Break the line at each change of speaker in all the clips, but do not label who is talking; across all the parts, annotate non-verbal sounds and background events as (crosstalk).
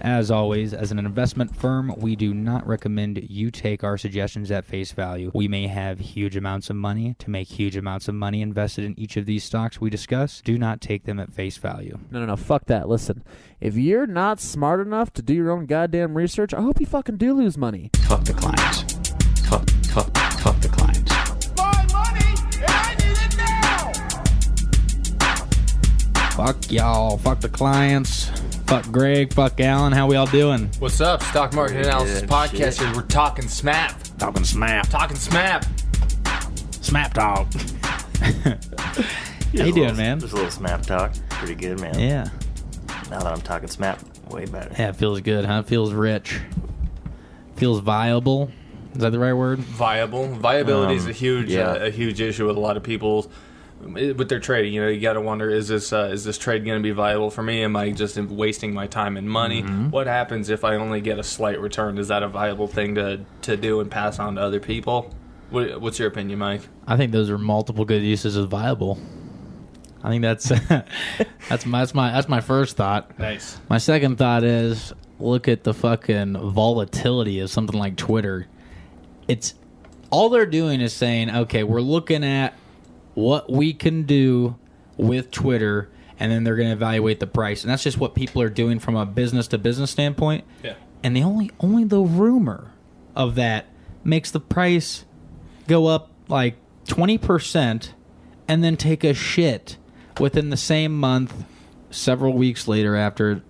as always, as an investment firm, we do not recommend you take our suggestions at face value. We may have huge amounts of money to make huge amounts of money invested in each of these stocks we discuss. Do not take them at face value.
No, no, no. Fuck that. Listen, if you're not smart enough to do your own goddamn research, I hope you fucking do lose money.
Fuck the clients. Fuck, fuck, fuck the clients.
my money and I need it now!
Fuck y'all. Fuck the clients. Fuck Greg. Fuck Alan. How we all doing?
What's up, Stock Market Analysis
good
Podcast?
shit.
Here. We're talking smap.
Talking smap.
Talking smap.
Smap talk. (laughs) How you doing, man?
Just a little smap talk. Pretty good, man.
Yeah.
Now that I'm talking smap, way better.
Yeah, it feels good, huh? It feels rich. Feels viable. Is that the right word?
Viable. Viability is a huge,
Um, yeah.
uh, a huge issue with a lot of people eh, with their trading. You know, you got to wonder: is this uh, is this trade going to be viable for me? Am I just wasting my time and money?
Mm-hmm.
What happens if I only get a slight return? Is that a viable thing to to do and pass on to other people? What, what's your opinion, Mike?
I think those are multiple good uses of viable. I think that's (laughs) that's my, that's my that's my first thought.
Nice.
My second thought is look at the fucking volatility of something like Twitter. It's all they're doing is saying, okay, we're looking at what we can do with Twitter, and then they're going to evaluate the price. And that's just what people are doing from a business to business standpoint.
Yeah.
And the only only the rumor of that makes the price go up like 20% and then take a shit within the same month several weeks later after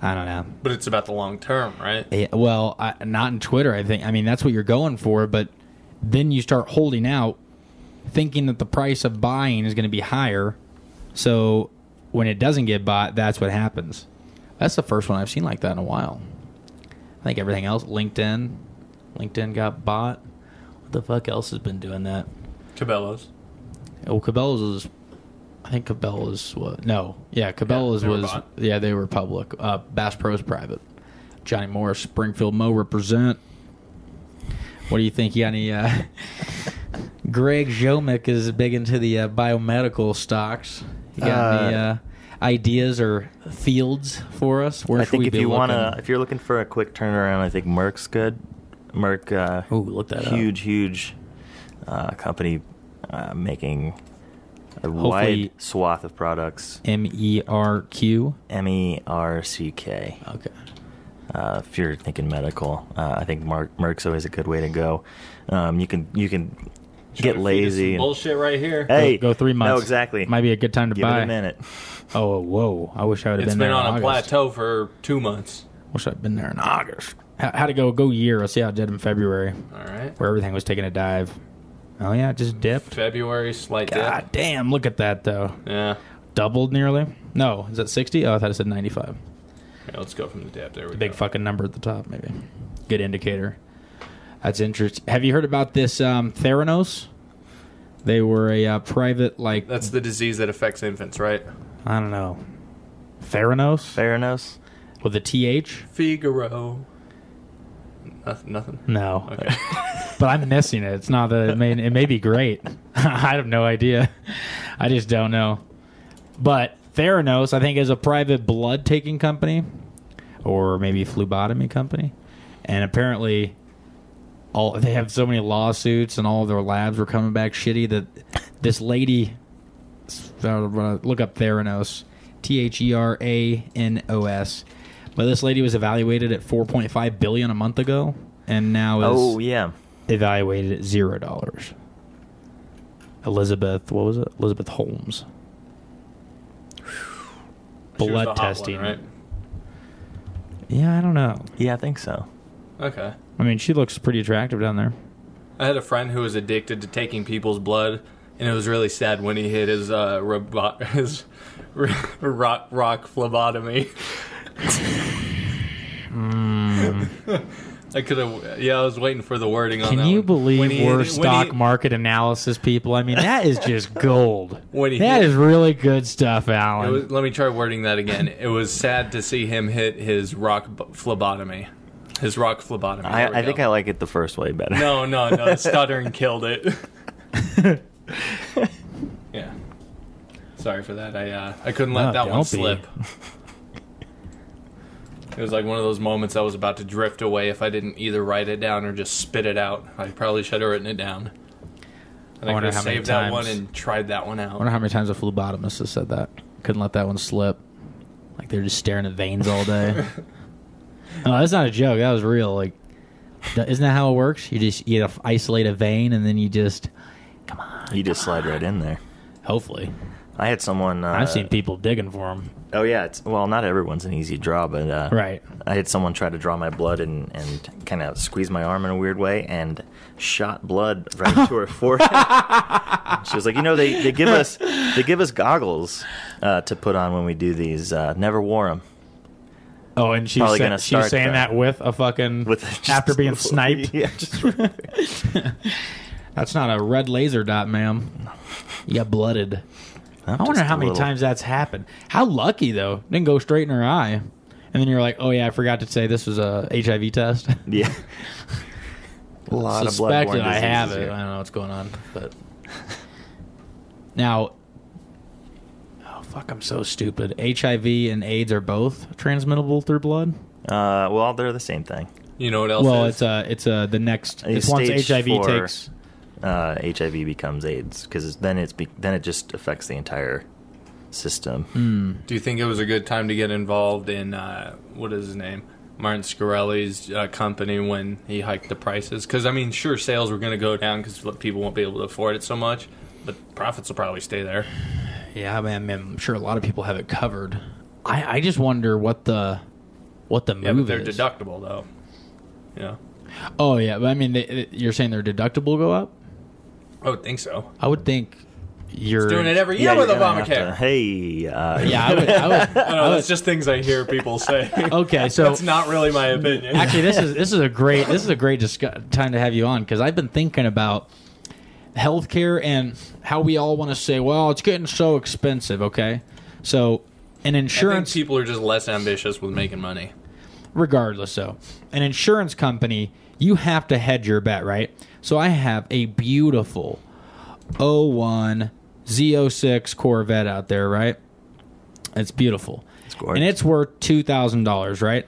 I don't know.
But it's about the long term, right?
Yeah, eh, well, I, not in Twitter, I think. I mean, that's what you're going for, but then you start holding out thinking that the price of buying is going to be higher. So when it doesn't get bought, that's what happens. That's the first one I've seen like that in a while. I think everything else, LinkedIn, LinkedIn got bought. What the fuck else has been doing that?
Cabela's.
Oh, Cabela's is. I think Cabela's was no, yeah, Cabela's
they were
was
bought.
yeah they were public. Uh, Bass Pro's private. Johnny Morris, Springfield Mo represent. What do you think, Yanni? Uh, (laughs) Greg Jomick is big into the uh, biomedical stocks. You got any
Uh,
uh, ideas or fields for us? Where
I
should
think
we
if
be
you want to,
looking?
if you're looking for a quick turnaround, I think Merck's good. Merck, uh,
Ooh, look that up.
huge, huge uh, company uh, making a
Hopefully-
wide swath of products.
M E R Q.
M E R C K.
Okay.
Uh, if you're thinking medical, uh, I think Merck, Merck's always a good way to go. Um, you can you can get lazy. and-
Bullshit right here.
Hey,
go, go three months.
No, exactly.
Might be a good time to
Give
buy.
it a minute.
Oh, whoa! I wish I would have
It's
been,
been
there in
on a
August.
plateau for two months.
Wish I'd been there in August. How, how'd it go? Go year. Let's see how it did in February,
All right.
where everything was taking a dive. Oh yeah, it just dipped.
February slight
God
dip.
damn! Look at that though.
Yeah.
Doubled nearly. No, is that sixty? Oh, I thought it said ninety-five.
Yeah, let's go from the dip. There we
Big
go.
fucking number at the top, maybe. Good indicator. That's interesting. Have you heard about this um, Theranos? They were a uh, private, like
That's the disease that affects infants, right?
I don't know, Theranos
Theranos.
with a th.
Figaro. Nothing. nothing.
No,
Okay.
but I'm missing it. It's not that it may it may be great. (laughs) I have no idea. I just don't know. But Theranos, I think, is a private blood taking company, or maybe phlebotomy company, and apparently, all they have so many lawsuits, and all of their labs were coming back shitty that this lady. Look up Theranos, T H E R A N O S. But this lady was evaluated at 4.5 billion a month ago, and now is
Oh yeah.
evaluated at zero dollars. Elizabeth, what was it? Elizabeth Holmes.
She was
(laughs)
the
Blood
hot
testing.
one, right?
Yeah, I don't know.
Yeah, I think so.
Okay.
I mean, she looks pretty attractive down there.
I had a friend who was addicted to taking people's blood, and it was really sad when he hit his uh, robo- (laughs) his r- rock rock phlebotomy. I could have. Yeah, I was waiting for the wording on Oh, that.
Hmm. Can you
one. When
believe
he hit it-
we're
when
stock
he-
market analysis people? I mean, that is
(laughs)
just gold.
When he
That
hit-
is really good stuff,
It
Alan.
was, let me try wording that again. It was sad to see him hit his rock b- phlebotomy. His rock phlebotomy. There we
I, I
go.
think I like it the first way better.
No, no, no. the Stuttering killed it.
(laughs)
yeah. Sorry for that. I uh, I couldn't let
No,
that one
don't be.
slip. It was like one of those moments I was about to drift away if I didn't either write it down or just spit it out. I probably should have written it down. And
I
I,
wonder
could
how
have
many
saved that
times-
one and tried that one
I wonder
out.
how many times a phlebotomist has said that. Couldn't let that one slip. Like they're just staring at veins all day.
(laughs)
no, that's not a joke. That was real. Like, that- isn't that how it works? You just you have to isolate a vein and then you just
(laughs) You just slide right in there.
hopefully.
I had someone. Uh,
I've seen people digging for them.
Oh yeah, it's, well, not everyone's an easy draw, but uh,
Right.
I had someone try to draw my blood and, and kind of squeeze my arm in a weird way and shot blood right to her (laughs) forehead. she was like, you know, they, they give us they give us goggles uh, to put on when we do these. Uh, never wore them.
Oh, and she's
Probably
sa-
gonna
she's
start
saying
the-
that with a fucking
With (laughs)
after being sniped.
Yeah, just,
That's not a red laser dot, ma'am. You got blooded. I wonder
just
how
a
many
little.
times that's happened. How lucky though, didn't go straight in her eye, and then you're like, oh yeah, I forgot to say this was a HIV test.
(laughs) yeah. A lot
Suspected
of bloodborne
I have it.
diseases
I
here.
don't know what's going on, but
(laughs)
now, oh fuck, I'm so stupid. HIV and AIDS are both transmittable through blood.
Uh, well, they're the same thing.
You know what else?
well,
is?
it's uh, it's uh, the next.
Uh,
It's once
stage
HIV
four.
takes.
Uh, HIV becomes AIDS because then it's be- then it just affects the entire system.
Hmm.
Do you think it was a good time to get involved in uh, what is his name, Martin Scarelli's uh, company when he hiked the prices? Because I mean, sure, sales were going to go down because people won't be able to afford it so much, but profits will probably stay there.
Yeah, I mean, I mean, I'm sure a lot of people have it covered. I, I just wonder what the what the
Yeah,
move
but they're
is.
deductible though. Yeah,
oh yeah, but I mean, they, they- you're saying their deductible go up?
I would think so.
I would think you're
Doing it every year
you're
with
gonna have to-
Obamacare.
hey, uh,
Yeah, I would. I
(laughs)
would
I don't know, that's just things I hear
(laughs)
people say.
okay, so
Uh, That's not really my opinion.
actually this is this is a great this is a great discu- time to have you on because I've been thinking about healthcare and how we all want to say, well, it's getting so expensive. Okay, so an
I think
insurance
people are just less ambitious with making money.
regardless though an insurance company you have to hedge your bet right so i have a beautiful 01 z06 corvette out there right it's beautiful
gorgeous.
and it's worth $2000 right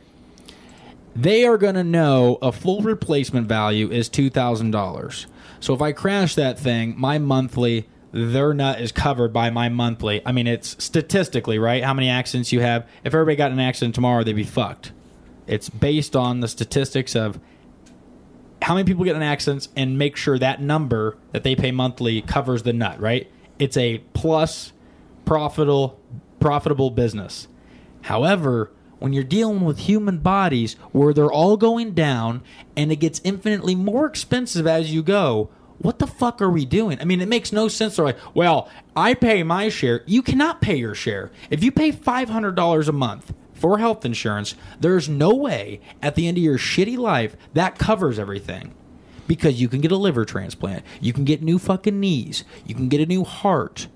they are going to know a full replacement value is $2000 so if i crash that thing my monthly their nut is covered by my monthly i mean it's statistically right how many accidents you have if everybody got in an accident tomorrow they'd be fucked it's based on the statistics of how many people get in accidents and make sure that number that they pay monthly covers the nut, right? It's a plus profitable profitable business. However, when you're dealing with human bodies where they're all going down and it gets infinitely more expensive as you go, what the fuck are we doing? I mean, it makes no sense. They're like, well, I pay my share. You cannot pay your share. If you pay $500 a month for health insurance, there's no way at the end of your shitty life that covers everything because you can get a liver transplant, you can get new fucking knees, you can get a new heart.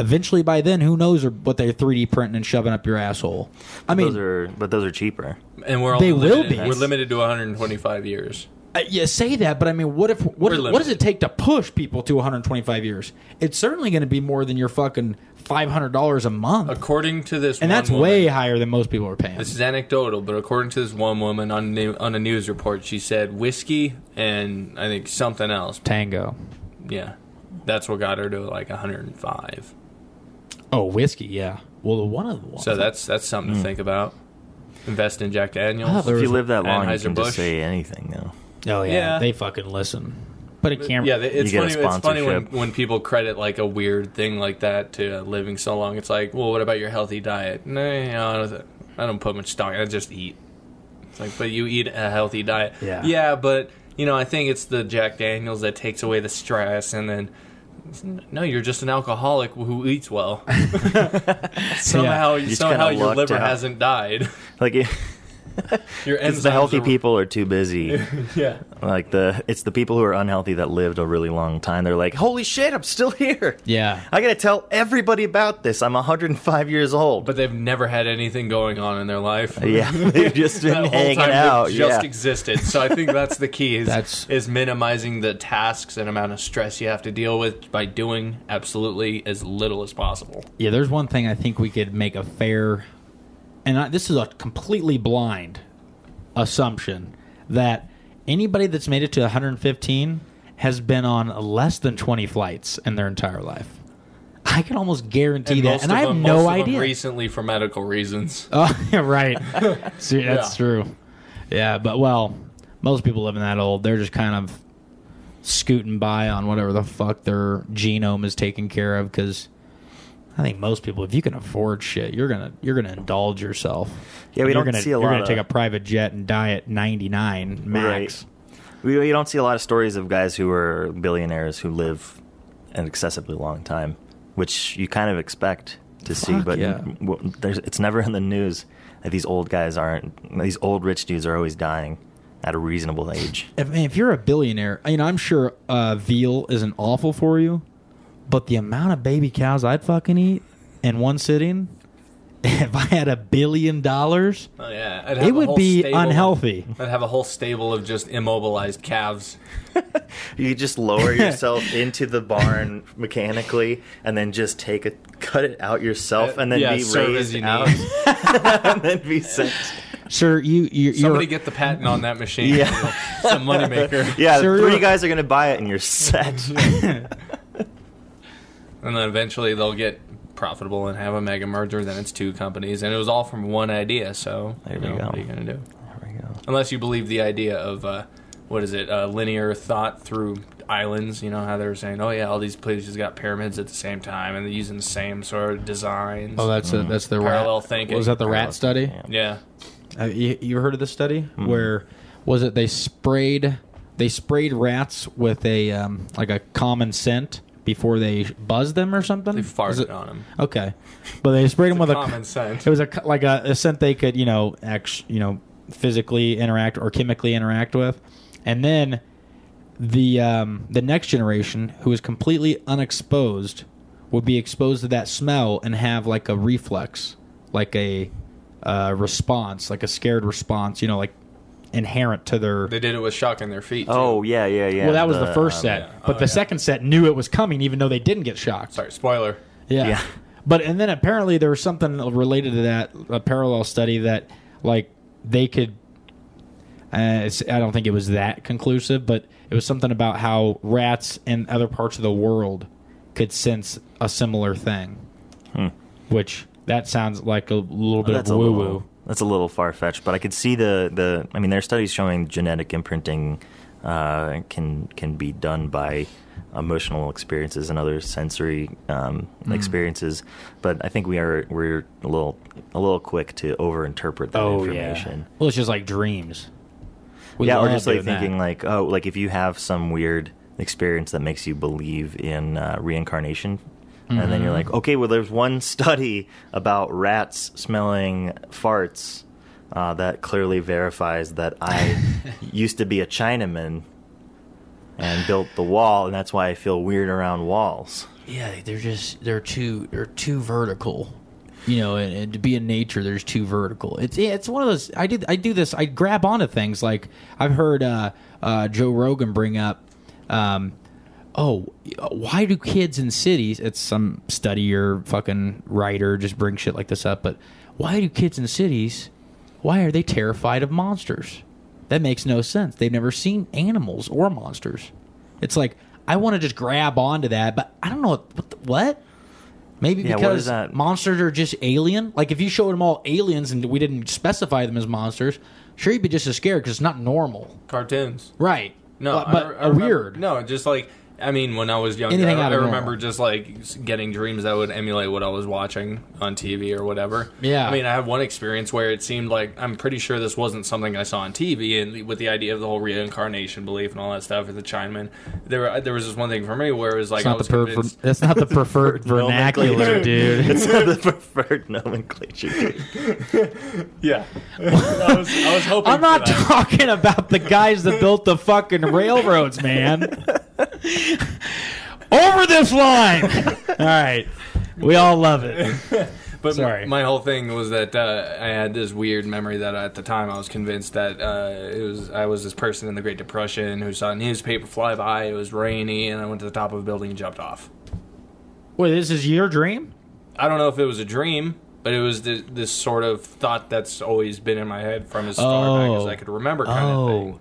Eventually, by then, who knows what they're 3D printing and shoving up your asshole? I mean,
those are but those are cheaper.
And we're
They
only
will
limited-
be.
We're limited to 125 years.
Uh, yeah, say that, but I mean, what if what,
We're
what does it
limited.
take to push people to 125 years? It's certainly going to be more than your fucking $500 a month,
According to this,
and
one
that's
woman-
way higher than most people are paying.
This is anecdotal, but according to this one woman on new, on a news report, she said whiskey and I think something else.
Tango.
Yeah, that's what got her to like 105.
Oh, whiskey. Yeah. Well, the one of the ones.
So that's that's something to think about. Invest in Jack
Oh,
Daniels.
there
If you
was-
live that long, you can
Anheuser-Busch.
just say anything though.
oh yeah,
Yeah.
they fucking listen. But it can't.
yeah, it's
You get a
funny. It's funny when,
sponsorship.
when people credit like a weird thing like that to living so long. It's like, well, what about your healthy diet? Nah, you know, I don't- I don't put much stock. I just eat. It's like, but you eat a healthy diet.
Yeah.
Yeah, but you know, I think it's the Jack Daniels that takes away the stress, and then no, you're just an alcoholic who
(laughs)
eats well. somehow,
just
somehow
kinda
your
lucked
liver
out.
hasn't died. (laughs)
Like
Your
it's the
enzymes
healthy
are-
people are too busy.
(laughs) Yeah.
like the it's the people who are unhealthy that lived a really long time. They're like, holy shit, I'm still (laughs) here.
Yeah.
I gotta tell everybody about this. I'm 105 years old.
But they've never had anything going on in their life.
(laughs)
(laughs)
yeah, they've just been
that whole
hanging
time
out.
they just
yeah.
existed. So I think that's the key is
That's-
is minimizing the tasks and amount of stress you have to deal with by doing absolutely as little as possible.
Yeah, there's one thing I think we could make a fair and I, this is a completely blind assumption that anybody that's made it to 115 has been on less than 20 flights in their entire life. I can almost guarantee that,
most
and
of
I have
them-
no
most of them
idea.
recently, for medical reasons,
(laughs) Oh, yeah, right. See, that's
Yeah.
true. Yeah, but well, most people living that old, they're just kind of scooting by on whatever the fuck their genome is taken care of because I think most people, if you can afford shit, you're gonna you're gonna indulge yourself.
Yeah, we
You're
don't
gonna,
see
you're
a lot
gonna
of-
take a private jet and die at 99 max.
We, we don't see a lot of stories of guys who are billionaires who live an excessively long time, which you kind of expect to see,
Fuck
but
yeah.
w- there's, it's never in the news that these old guys aren't, these old rich dudes are always dying at a reasonable
(laughs)
age.
If, if you're a billionaire, you know I'm sure uh, veal isn't awful for you, but the amount of baby cows I'd fucking eat in one sitting, (laughs) if I had a billion dollars,
Oh, yeah, I'd
It
have a
would
whole
be
stable of-
unhealthy.
I'd have a whole stable of just immobilized calves.
You just
(laughs)
lower yourself into the barn mechanically and then just take it, cut it out yourself
Uh,
and then
yeah,
be
serve as
raised
you
out
need.
(laughs) and then be
(laughs)
sent.
sir, you you you're, (laughs)
Somebody get the patent on that machine.
Yeah.
(laughs) it's a
(laughs)
moneymaker.
Yeah,
Sir,
three
you're-
guys are going to buy it and
(laughs)
you're set. (laughs)
And then eventually they'll get profitable and have a mega merger. Then it's two companies, and it was all from one idea. So
There
you
we
know,
go.
What are you gonna do?
There we go.
Unless you believe the idea of uh, what is it? Uh, linear thought through islands. You know how they were saying, oh yeah, all these places got pyramids at the same time, and they're using the same sort of designs.
Oh, that's a, that's the
Parallel
rat.
thinking.
Was that the
Parallel
rat study?
thinking,
yeah. Hmm.
Uh, you, you heard of this study where was it? They sprayed they sprayed rats with a um, like a common scent before they buzzed them or something.
They
Was
farted
it-
on them.
Okay, but they sprayed them with a (laughs)
Common sense.
It was a co- like a, a scent they could you know act, you know physically interact or chemically interact with, and then the um, the next generation who is completely unexposed would be exposed to that smell and have like a reflex, like a uh, response, like a scared response, you know, like inherent to their.
They did it with shock in their feet. Too.
Oh, yeah, yeah, yeah.
well, that was the, first
um,
set,
yeah.
but
Oh,
the
yeah.
second set knew it was coming, even though they didn't get shocked.
sorry, spoiler.
Yeah.
Yeah.
But and then apparently there was something related to that a parallel study that like they could. Uh, it's, I don't think it was that conclusive, but it was something about how rats in other parts of the world could sense a similar thing, which that sounds like a little bit
Hmm. that's
of
a
woo
little,
woo.
that's a little far fetched, but I could see the, the I mean, there are studies showing genetic imprinting uh, can can be done by emotional experiences and other sensory um,
Hmm.
experiences, but I think we are we're a little a little quick to overinterpret that information.
Oh, Well, it's just like dreams. We
yeah, or
love
just like
doing that.
thinking like, oh, like if you have some weird experience that makes you believe in uh, reincarnation, and then you're
Mm-hmm.
like, okay, well, there's one (laughs) study about rats smelling farts uh, that clearly verifies that
(laughs)
I used to be a Chinaman and built the wall, and that's why I feel weird around walls.
Yeah, they're just they're too they're too vertical. You know, and, and to be in nature, there's too vertical. It's yeah, it's one of those. I did I do this. I grab onto things like I've heard uh, uh, Joe Rogan bring up. Um, oh, why do kids in cities? It's some study or fucking writer just bring shit like this up. But why do kids in cities? Why are they terrified of monsters? That makes no sense. They've never seen animals or monsters. It's like I want to just grab onto that, but I don't know what. What? The, what? Maybe
Yeah, what
because
is that?
monsters are just alien. Like if you showed them all aliens and we didn't specify them as monsters, sure you'd be just as scared because it's not normal,
Cartoons.
right?
No,
but,
I-
but
I
a
remember-
weird.
No, just like I mean, when I was younger,
Anything
I,
out of
I
normal.
remember just like s- getting dreams that would emulate what I was watching on TV or whatever.
Yeah.
I mean, I had one experience where it seemed like I'm pretty sure this wasn't something I saw on TV, and with the idea of the whole reincarnation belief and all that stuff, and the Chinaman, there were- there was this one thing for me where it was like
It's
I
not the
was
per-
convinced-
that's not the preferred vernacular,
(laughs) nomenclature.
dude.
It's not the preferred nomenclature.
yeah, (laughs) I, was, I was hoping.
(laughs) I'm not
for that.
talking about the guys that built the fucking railroads, man. (laughs) Over this (laughs) line. All right. We all love it.
But
Sorry.
My, my whole thing was that uh, I had this weird memory that at the time I was convinced that uh, it was I was this person in the Great Depression who saw a newspaper fly by. It was rainy, and I went to the top of a building and jumped off.
Wait, this is your dream?
I don't know if it was a dream, But it was this, this sort of thought that's always been in my head from as far back as
Oh.
I could remember, kind of
Oh.
thing.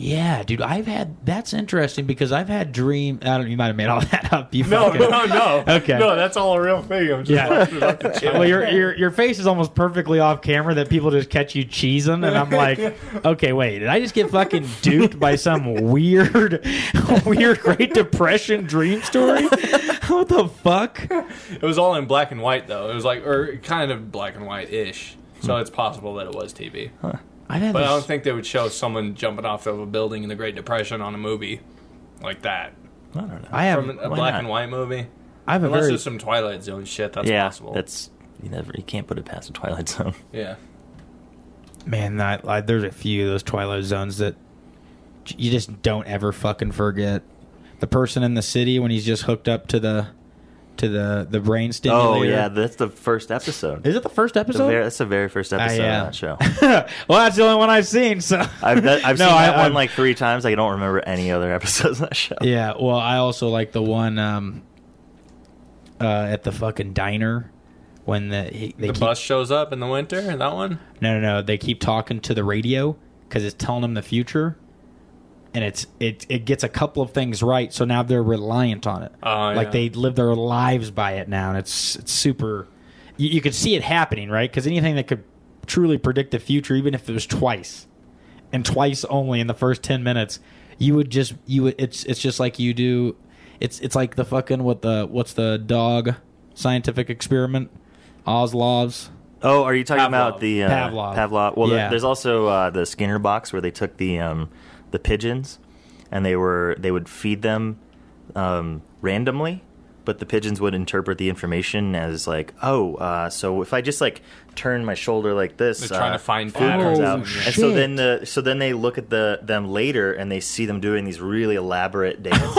Yeah, dude, I've had that's interesting because I've had dream. I don't. You might have made all (laughs) that up. You
No,
fucking-
no, no.
Okay.
No, that's all a real thing. I'm just
Yeah.
laughing about
(laughs)
the
Well, your, your your face is almost perfectly off camera that people just catch you cheesing, and I'm like, okay, wait, did I just get fucking duped by some weird, (laughs) weird Great Depression dream story? (laughs) what the fuck?
It was all in black and white though. It was like or kind of black and white ish. So
Hmm.
it's possible that it was TV.
I've had
But I
this,
don't think they would show someone jumping off of a building in the Great Depression on a movie like that.
I don't know.
I have
From a
why
black
not?
and white movie.
I have a
Unless
very
there's some Twilight Zone shit, that's
yeah,
possible.
that's you never you can't put it past the Twilight Zone.
yeah.
man. I, I, there's a few of those Twilight Zones that j- you just don't ever fucking forget. The person in the city when he's just hooked up to the to the the brain stimulator.
Oh yeah, that's the first episode.
is it the first
The
episode? Ah,
very, that's the very first episode
yeah.
of
(laughs)
that show.
uh, well, that's the only one I've seen. So
I've that,
(laughs)
I've
No,
seen
I-
that
I've-
one like three times. I don't remember any other (laughs) episodes of that show.
Yeah, well, I also like the one um, uh, at the fucking diner when the he, they
The
keep,
bus shows up in the winter, that one?
no no no they keep talking to the radio because it's telling them the future, and it's it it gets a couple of things right, so now they're reliant on it.
Oh,
like
yeah.
they live their lives by it now, and it's it's super. You, you could see it happening, right? Because anything that could truly predict the future, even if it was twice, and twice only in the first 10 minutes you would just you would it's it's just like you do it's it's like the fucking what the what's the dog scientific experiment oslov's
Oh, are you talking
Pavlov.
about the uh,
Pavlov.
Pavlov. Well,
Yeah.
there's also uh, the Skinner box where they took the um, the pigeons, and they were they would feed them um, randomly, but the pigeons would interpret the information as like, oh, uh, so if I just like turn my shoulder like this,
They're trying
uh,
to find
food comes
patterns.
out.
Oh,
And so
shit.
then the so then they look at the them later and they see them doing these
(laughs)
really elaborate dances,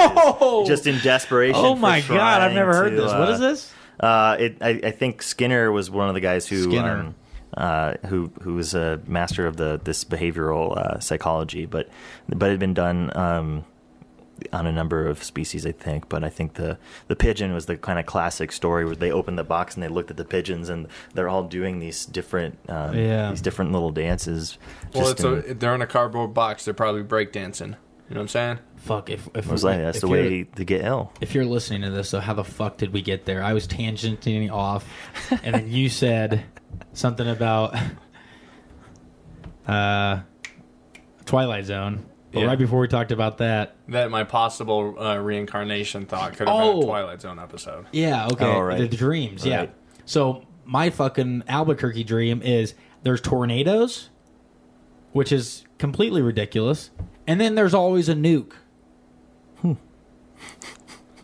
just in desperation.
oh
for
my god i've
trying
never heard
to,
this what
uh,
is this
uh, it, I, I think Skinner was one of the guys who
Skinner.
um, uh, who who was a master of the this behavioral uh, psychology, but but it had been done um, on a number of species, I think. But I think the the pigeon was the kind of classic story where they opened the box and they looked at the pigeons, and they're all doing these different um,
Yeah.
these different little dances.
Well,
just
it's
in-
a, they're in a cardboard box. They're probably breakdancing. You know what I'm saying?
fuck if if,
I was like, that's
if
the
you're-
way to get ill.
if you're listening to this, though, how the fuck did we get there? I was tangenting off, and then you said something about uh, Twilight Zone. But
Yeah.
right before we talked about that,
That my possible uh, reincarnation thought could have been
Oh.
a Twilight Zone episode.
Yeah, okay.
Oh, right.
The dreams, yeah.
Right.
So my fucking Albuquerque dream is there's tornadoes, which is completely ridiculous, and then there's always a nuke.
Hmm.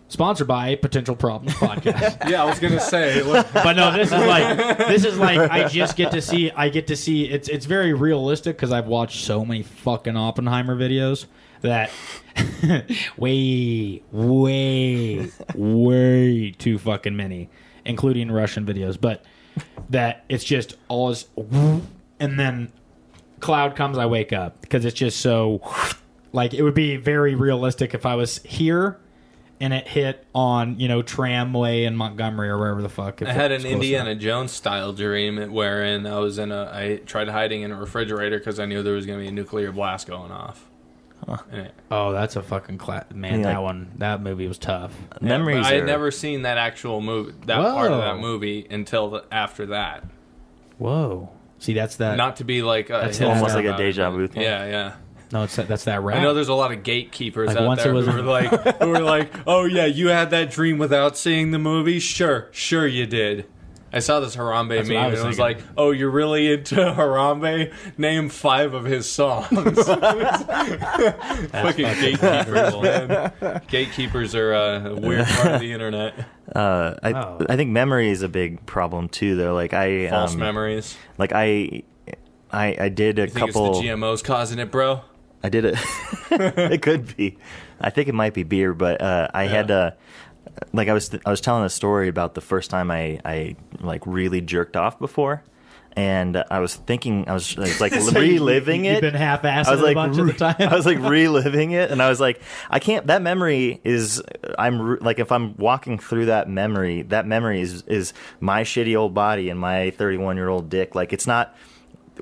Sponsored by Potential Problems
(laughs)
Podcast.
Yeah, I was gonna say. (laughs) look,
but no, this is like this is like I just get to see I get to see it's it's very realistic because I've watched so many fucking Oppenheimer videos that (laughs) way way way too fucking many, including Russian videos. But that it's just all is and then cloud comes, I wake up because it's just so like it would be very realistic if I was here. And it hit on you know tramway in Montgomery or wherever the fuck. if
I had
it's
an
close enough.
Indiana Jones style dream wherein I was in a. I tried hiding in a refrigerator because I knew there was gonna be a nuclear blast going off. And it-
Oh, that's a fucking cla- man.
Yeah.
That one, that movie was tough.
Memories.
But I had
are-
never seen that actual movie, that part of that
Whoa.
movie until the, after that.
Whoa. See, that's that.
Not to be like a,
That's
hipster
almost
like a
about it,
deja
but-
vu thing.
Yeah, yeah.
no, it's that, that's that rap.
I know there's a lot of gatekeepers
Ah. Like,
out
once it
there
was-
who
(laughs)
were like, who were like, oh yeah, you had that dream without seeing the movie. Sure, sure you did. I saw this Harambe
That's what
meme
I
and
was
it was like,
thinking.
oh, you're really into (laughs) Harambe? Name five of his
(laughs)
songs. (laughs) Fucking gatekeepers, man. Gatekeepers are uh, a weird part
(laughs)
of the internet.
Uh, I,
Wow.
Oh.
I think memory is a big problem too. Though, like I
False
um,
memories.
like I I I did a
You think
couple
it's the GMOs causing it, bro?
I did it it could be I think it might be beer but uh I had uh like I was I was telling a story about the first time I I like really jerked off before and I was thinking, I was, I was like (laughs) reliving
you,
it.
You've been half-assed
I was like,
a bunch of the time.
(laughs) I was like reliving it, and I was like, I can't. That memory is, I'm re- like, if I'm walking through that memory, that memory is is my shitty old body and my 31 year old dick. Like, it's not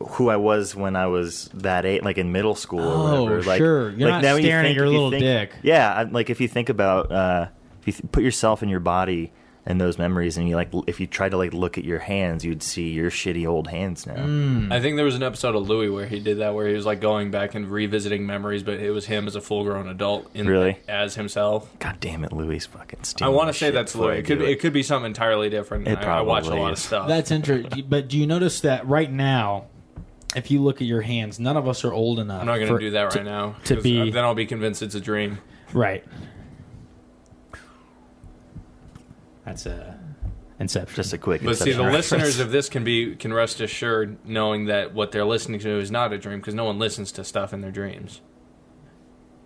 who I was when I was that age, like in middle school
Oh,
or whatever. Like,
sure. You're not
now you
staring at
think-
your
if you
little
think-
dick.
Yeah, I, like if you think about, uh, if you th- put yourself in your body. And those memories, and you like, l- if you try to like look at your hands, you'd see your shitty old hands now.
Hmm.
I think there was an episode of Louis where he did that, where he was like going back and revisiting memories, but it was him as a full-grown adult, in,
Really?
as himself.
God damn it, Louis fucking
I
stealing
want to
this
say
shit
that's
before
Louis.
I
It could
do
it. could be something entirely different.
It
I, I watch a
probably
lot of
is.
stuff.
That's interesting. but do you notice that right now, if you look at your hands, none of us are old enough.
I'm not going to do that right now.
to
'cause,
be-
uh, then I'll be convinced it's a dream.
Right. That's a inception.
Just a quick.
But see,
Inception
the
reference. (laughs)
listeners of this can be can rest assured knowing that what they're listening to is not a dream because no one listens to stuff in their dreams.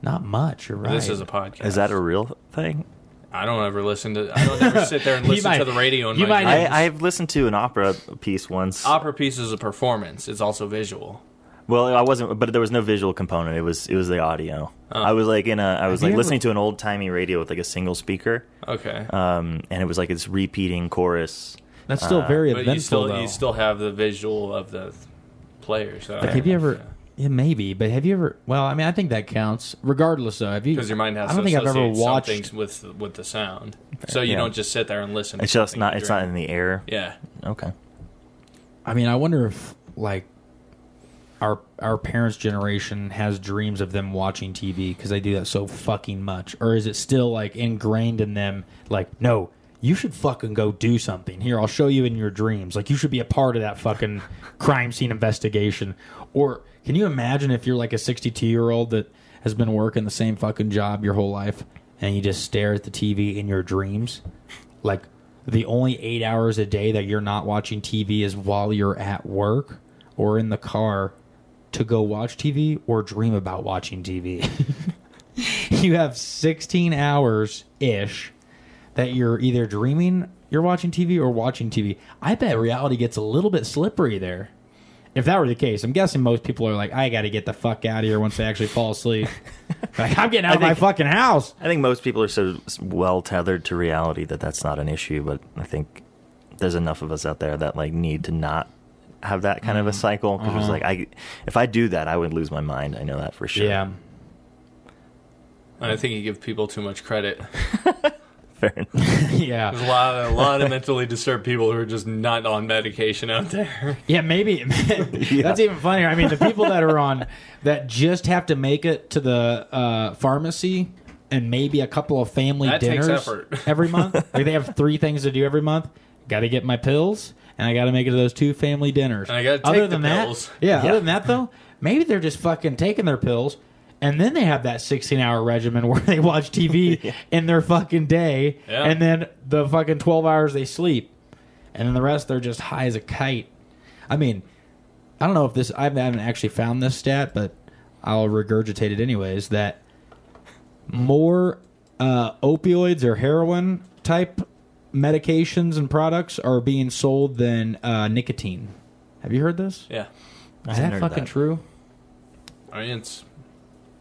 not much. You're right.
This is a podcast.
Is that a real thing?
I don't ever listen to. I don't ever sit there
(laughs)
and
You
listen
might-
to the radio. In
you
my
might-
dreams.
Yes.
I, I've listened to an opera piece once.
opera piece is a performance. It's also visual.
well, I wasn't, but there was no visual component. It was it was the audio.
Oh.
I was like in a, I was
Have you
like
ever-
listening to an old timey radio with like a single speaker,
Okay,
um, and it was like this repeating chorus. Uh,
That's still very
but
eventful.
you still
though.
you still have the visual of the player. So
Have you ever? Yeah, maybe. But have you ever? Well, I mean, I think that counts. Regardless, though, have you?
Because your mind has
I don't
to
think I've ever
associate some
watched.
things with with the sound, so you
Yeah.
don't just sit there and listen.
It's
to
just
something
not.
you
It's
dream.
not in the air.
Yeah,
Okay.
I mean, I wonder if like our our parents' generation has dreams of them watching TV because they do that so fucking much, or is it still like ingrained in them? Like, no, you should fucking go do something. Here, I'll show you in your dreams. Like, you should be a part of that fucking (laughs) crime scene investigation. Or can you imagine if you're like a 62 year old that has been working the same fucking job your whole life, and you just stare at the TV in your dreams? like the only eight hours a day that you're not watching TV is while you're at work or in the car to go watch TV or dream about watching TV. (laughs) you have 16 hours ish that you're either dreaming you're watching TV or watching TV. I bet reality gets a little bit slippery there. If that were the case, I'm guessing most people are like, I got to get the fuck out of here once they actually fall
(laughs)
asleep. like, I'm getting out of my
think-
fucking house.
I think most people are so well tethered to reality that that's not an issue. But I think there's enough of us out there that like need to not have that kind
Mm-hmm.
of a cycle because
Uh-huh.
it's like I, if I do that, I would lose my mind. I know that for sure.
Yeah. (laughs)
and I think you give people too much credit.
(laughs) Fair enough.
yeah.
There's a lot of, a
(laughs)
lot of mentally disturbed people who are just not on medication out there. (laughs)
Yeah, maybe. (laughs) That's even funnier. I mean, the people that are
(laughs)
on that just have to make it to the uh, pharmacy and maybe a couple of family
That takes
dinners
effort.
(laughs) every
(laughs)
month. Like they have three things to do every month. Got to get my pills, and I got to make it to those two family dinners.
And I gotta take
other
the
than
pills.
that, yeah,
Yeah.
Other than that, though, maybe they're just fucking taking their pills, and then they have that sixteen-hour regimen (laughs) where they watch TV in their fucking day,
Yeah.
and then the fucking twelve hours they sleep and then the rest they're just high as a kite. I mean, I don't know if this I haven't actually found this stat, but I'll regurgitate it anyways. That more uh, opioids or heroin type medications and products are being sold than uh, nicotine. Have you heard this?
Yeah,
Is that
heard
fucking
that.
true?
I mean, it's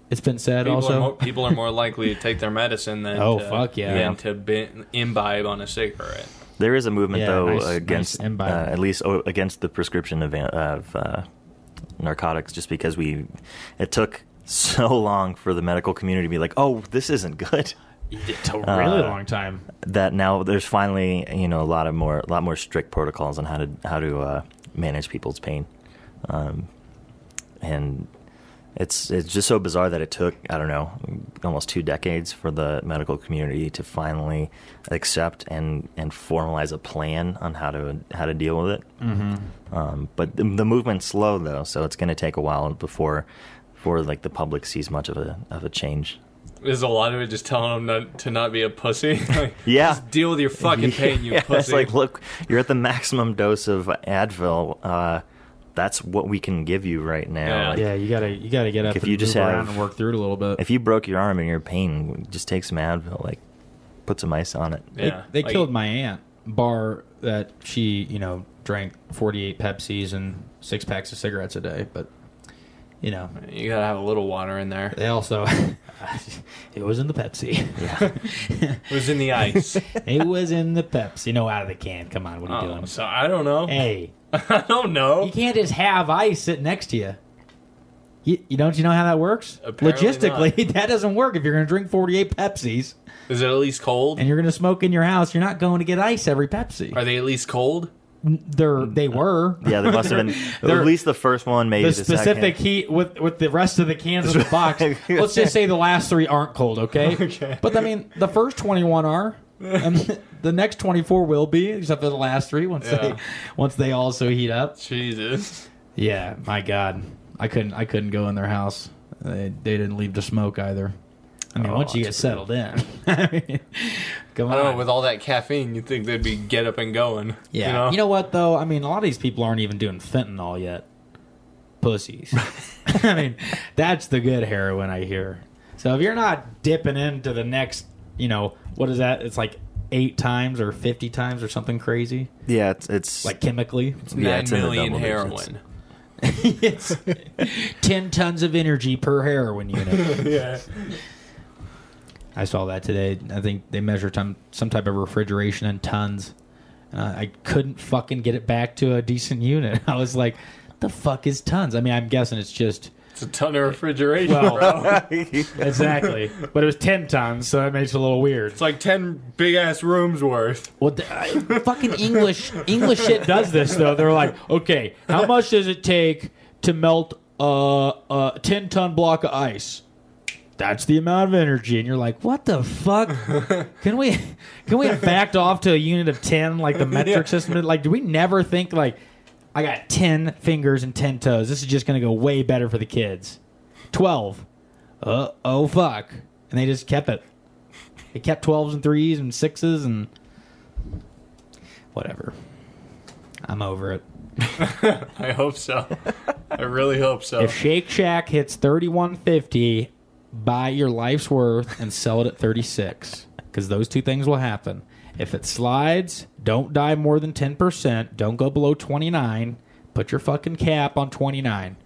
It's been said
people,
also.
are more, people are more likely to take their medicine than
Oh,
to,
fuck yeah.
than to bin, imbibe on a cigarette.
There is a movement
Yeah,
though
nice- nice
against
imbi-
uh, at least oh, against the prescription of, an- of uh, narcotics, just because we it took so long for the medical community to be like, oh, this isn't good.
it's a really
uh,
long time.
That now there's finally you know a lot of more a lot more strict protocols on how to how to uh, manage people's pain, um, and it's it's just so bizarre that it took I don't know almost two decades for the medical community to finally accept and and formalize a plan on how to how to deal with it. Um, but the, the movement's slow though, so it's going to take a while before before like the public sees much of a of a change.
There's a lot of it just telling them not, to not be a pussy. (laughs) Like,
Yeah.
just deal with your fucking pain,
(laughs)
you
Yeah, It's
pussy.
like, look, you're at the maximum dose of Advil. Uh, that's what we can give you right now.
Yeah.
Like,
Yeah, you gotta you gotta get up
if
and
you just
move
have-
around and work through it a little bit.
If you broke your arm and you're in pain, just take some Advil. Like, put some ice on it.
They-
yeah,
they
like,
killed my aunt. bar that she, you know, drank 48 Pepsis and six packs of cigarettes a day, but you know,
You gotta have a little water in there.
they also (laughs) it was in the Pepsi.
It was in the ice.
(laughs) it was in the Pepsi. No, out of the can. Come on, what are you
oh,
doing?
so I don't know.
Hey,
(laughs) I don't know.
you can't just have ice sitting next to you. You, you don't you know how that works?
Apparently
Logistically, (laughs) that doesn't work. If you're going to drink 48 Pepsis
Is it at least cold?
and you're going to smoke in your house, you're not going to get ice every Pepsi.
Are they at least cold?
They're, they were.
uh, Yeah, there must
(laughs)
have been
They're-
at least the first one, maybe
the
the,
specific
second.
heat with with the rest of the cans
(laughs)
in the box. Let's just say the last three aren't cold, okay?
(laughs) Okay.
But I mean, the first twenty one are,
(laughs)
and the next twenty four will be, except for the last three once they
Yeah.
once they also heat up.
Jesus.
Yeah, my God, I couldn't I couldn't go in their house. They they didn't leave to smoke either. I mean,
Oh,
once you get
that's
settled in, (laughs) I mean, come
I don't
on.
know, with all that caffeine, you'd think they'd be get up and going.
yeah,
You know?
what though? I mean, a lot of these people aren't even doing fentanyl yet.
(laughs)
Pussies. (laughs) I mean, that's the good heroin I hear. So if you're not dipping into the next, you know, what is that? It's like eight times or fifty times or something crazy,
Yeah, it's, it's
like chemically. (laughs)
yeah,
Nine
it's in the
million
double
heroin.
digits.
(laughs)
it's (laughs) ten tons of energy per heroin unit.
(laughs) yeah.
I saw that today. I think they measure some some type of refrigeration in tons. And I, I couldn't fucking get it back to a decent unit. (laughs) I was like, the fuck is tons? I mean, I'm guessing it's just
It's a ton of refrigeration,
Well-
(laughs)
bro.
(laughs) exactly, but it was ten tons, so that makes it a little weird.
It's like 10 big ass rooms worth.
Well, the, I- fucking English English shit does this though. They're like, okay, how much does it take to melt a, a ten ton block of ice? That's the amount of energy, and you're like, what the fuck? Can we can we have backed off to a unit of ten, like the metric system? Like, do we never think like, I got ten fingers and ten toes. This is just gonna go way better for the kids. Twelve. Uh oh, fuck. And they just kept it. They kept twelves and threes and sixes and whatever. I'm over it.
I
(laughs)
hope so. I really hope so.
If Shake Shack hits 3150, buy your life's worth and sell it at 36 cuz those two things will happen. If it slides, don't die more than 10%, don't go below 29, put your fucking cap on 29.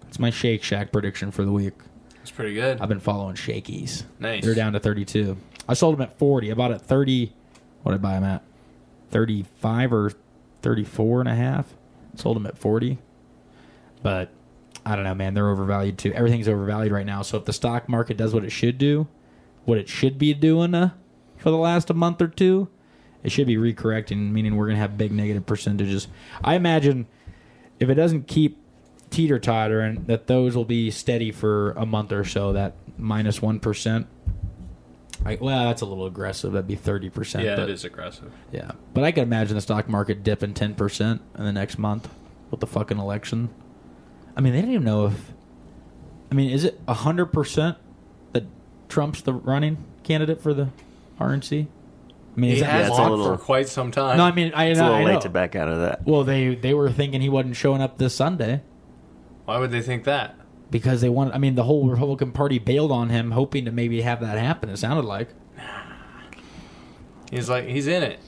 That's my Shake Shack prediction for the week.
It's pretty good.
I've been following Shakey's.
Nice.
They're down to 32. I sold them at 40. I bought at 30. What did I buy them at? 35 or 34 and a half. Sold them at 40. But I don't know, man. They're overvalued too. Everything's overvalued right now. So if the stock market does what it should do, what it should be doing uh, for the last a month or two, it should be recorrecting, meaning we're going to have big negative percentages. I imagine if it doesn't keep teeter tottering, that those will be steady for a month or so. That minus one percent. I, well, that's a little aggressive. That'd be thirty percent.
yeah,
but,
it is aggressive.
Yeah, but I could imagine the stock market dipping ten percent in the next month with the fucking election. I mean, they don't even know if. I mean, is it hundred percent that Trump's the running candidate for the RNC? I mean, is
He
that
has
it's a
locked
little-
for quite some time.
no? I mean, I,
It's a
I
little
know.
late to back out of that.
Well, they they were thinking he wasn't showing up this Sunday.
Why would they think that?
because they wanted. I mean, the whole Republican Party bailed on him, hoping to maybe have that happen. It sounded like.
He's like, he's in it.